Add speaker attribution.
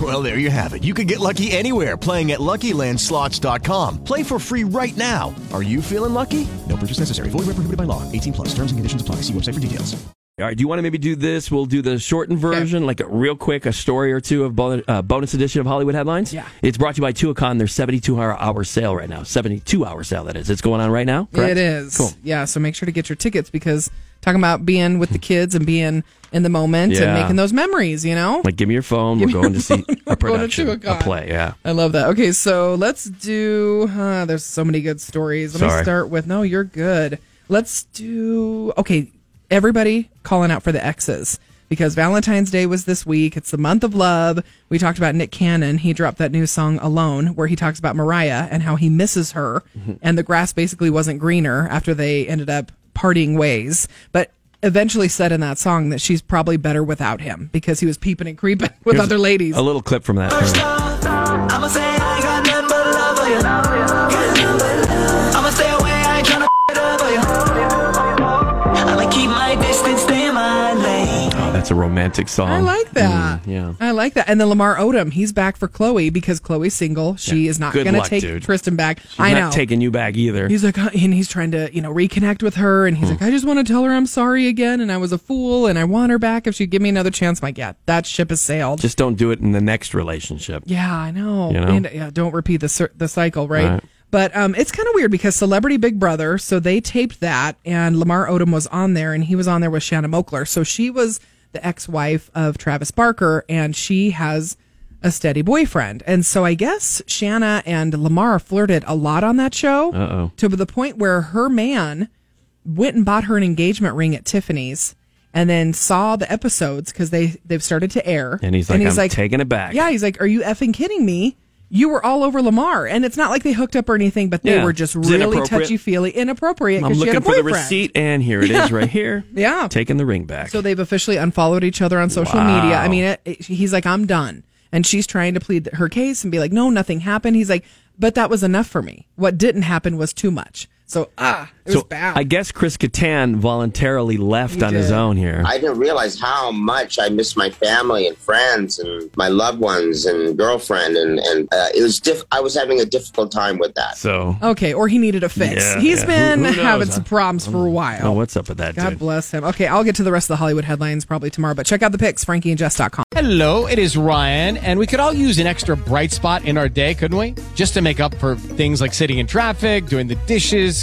Speaker 1: Well, there you have it. You can get lucky anywhere playing at LuckyLandSlots.com. Play for free right now. Are you feeling lucky? No purchase necessary. Void where prohibited by law. 18 plus. Terms and conditions apply. See website for details.
Speaker 2: All right, do you want to maybe do this? We'll do the shortened version, like a real quick, a story or two of bonus, uh, bonus edition of Hollywood headlines. Yeah, it's brought to you by Tuacon. Their seventy-two hour, hour sale right now. Seventy-two hour sale that is. It's going on right now. Correct?
Speaker 3: It is.
Speaker 2: Cool.
Speaker 3: Yeah, so make sure to get your tickets because talking about being with the kids and being in the moment and
Speaker 2: Yeah.
Speaker 3: making those memories, you know?
Speaker 2: Like, give me your phone.
Speaker 3: Give me
Speaker 2: We're going
Speaker 3: your
Speaker 2: to see
Speaker 3: phone.
Speaker 2: a
Speaker 3: We're going to
Speaker 2: production, a
Speaker 3: Tuacon.
Speaker 2: play. Yeah.
Speaker 3: I love that. Okay, so let's do. Uh, there's so many good stories. Let
Speaker 2: Sorry.
Speaker 3: me start with. No, you're good. Let's do. Okay, everybody calling out for the exes because Valentine's Day was this week. It's the month of love. We talked about Nick Cannon. He dropped that new song "Alone," where he talks about Mariah and how he misses her,
Speaker 2: Mm-hmm.
Speaker 3: and the grass basically wasn't greener after they ended up parting ways. But eventually said in that song that she's probably better without him because he was peeping and creeping with
Speaker 2: Here's
Speaker 3: other ladies.
Speaker 2: A little clip from that.
Speaker 4: I'ma say I ain't got nothing but love for you. I'ma stay away, I ain't tryna it up for you. I'ma keep my distance, stay in my lane.
Speaker 2: Oh, that's a romantic song.
Speaker 3: I like that.
Speaker 2: Mm, yeah.
Speaker 3: I like that. And then Lamar Odom, he's back for Chloe because Chloe's single. She is not
Speaker 2: Good
Speaker 3: going to
Speaker 2: luck,
Speaker 3: take
Speaker 2: dude.
Speaker 3: Tristan back.
Speaker 2: I'm
Speaker 3: I know.
Speaker 2: not taking you back either.
Speaker 3: he's like, uh, and he's trying to, you know, reconnect with her. And he's
Speaker 2: Hmm.
Speaker 3: like, I just want to tell her I'm sorry again, and I was a fool, and I want her back if she'd give me another chance. I'm like, yeah, that ship has sailed.
Speaker 2: Just don't do it in the next relationship.
Speaker 3: Yeah, I know.
Speaker 2: You know?
Speaker 3: And yeah, don't repeat the cir- the cycle, right?
Speaker 2: Right.
Speaker 3: But um, it's kind of weird because Celebrity Big Brother, so they taped that, and Lamar Odom was on there, and he was on there with Shanna Mokler. So she was the ex wife of Travis Barker, and she has a steady boyfriend. And so I guess Shanna and Lamar flirted a lot on that show
Speaker 2: Uh-oh.
Speaker 3: to the point where her man went and bought her an engagement ring at Tiffany's. And then saw the episodes because they they've started to air.
Speaker 2: And he's like, I'm taking it back.
Speaker 3: Yeah, he's like, "Are you effing kidding me? You were all over Lamar, and it's not like they hooked up or anything, but they
Speaker 2: Yeah.
Speaker 3: were just
Speaker 2: It's
Speaker 3: really
Speaker 2: inappropriate.
Speaker 3: touchy feely, inappropriate
Speaker 2: I'm
Speaker 3: because she had a
Speaker 2: looking for the
Speaker 3: boyfriend."
Speaker 2: receipt, and here it is, right here.
Speaker 3: Yeah.
Speaker 2: Taking the ring back.
Speaker 3: So they've officially unfollowed each other on social
Speaker 2: Wow.
Speaker 3: media. I mean, it, it- he's like, "I'm done," and she's trying to plead her case and be like, "No, nothing happened." He's like, "But that was enough for me. What didn't happen was too much." So ah, it was
Speaker 2: so
Speaker 3: bad.
Speaker 2: I guess Chris Kattan voluntarily left
Speaker 3: He
Speaker 2: on his
Speaker 3: did.
Speaker 2: own here.
Speaker 5: I didn't realize how much I missed my family and friends and my loved ones and girlfriend and and uh, it was diff- I was having a difficult time with that.
Speaker 2: so oh,
Speaker 3: okay, or he needed a fix.
Speaker 2: Yeah,
Speaker 3: He's
Speaker 2: yeah.
Speaker 3: been
Speaker 2: Who- who knows,
Speaker 3: having some
Speaker 2: huh?
Speaker 3: problems for a while.
Speaker 2: Oh, what's up with that,
Speaker 3: God
Speaker 2: dude?
Speaker 3: bless him. Okay, I'll get to the rest of the Hollywood headlines probably tomorrow, but check out the pics, frankieandjess.com.
Speaker 6: Hello, it is Ryan, and we could all use an extra bright spot in our day, couldn't we? Just to make up for things like sitting in traffic, doing the dishes,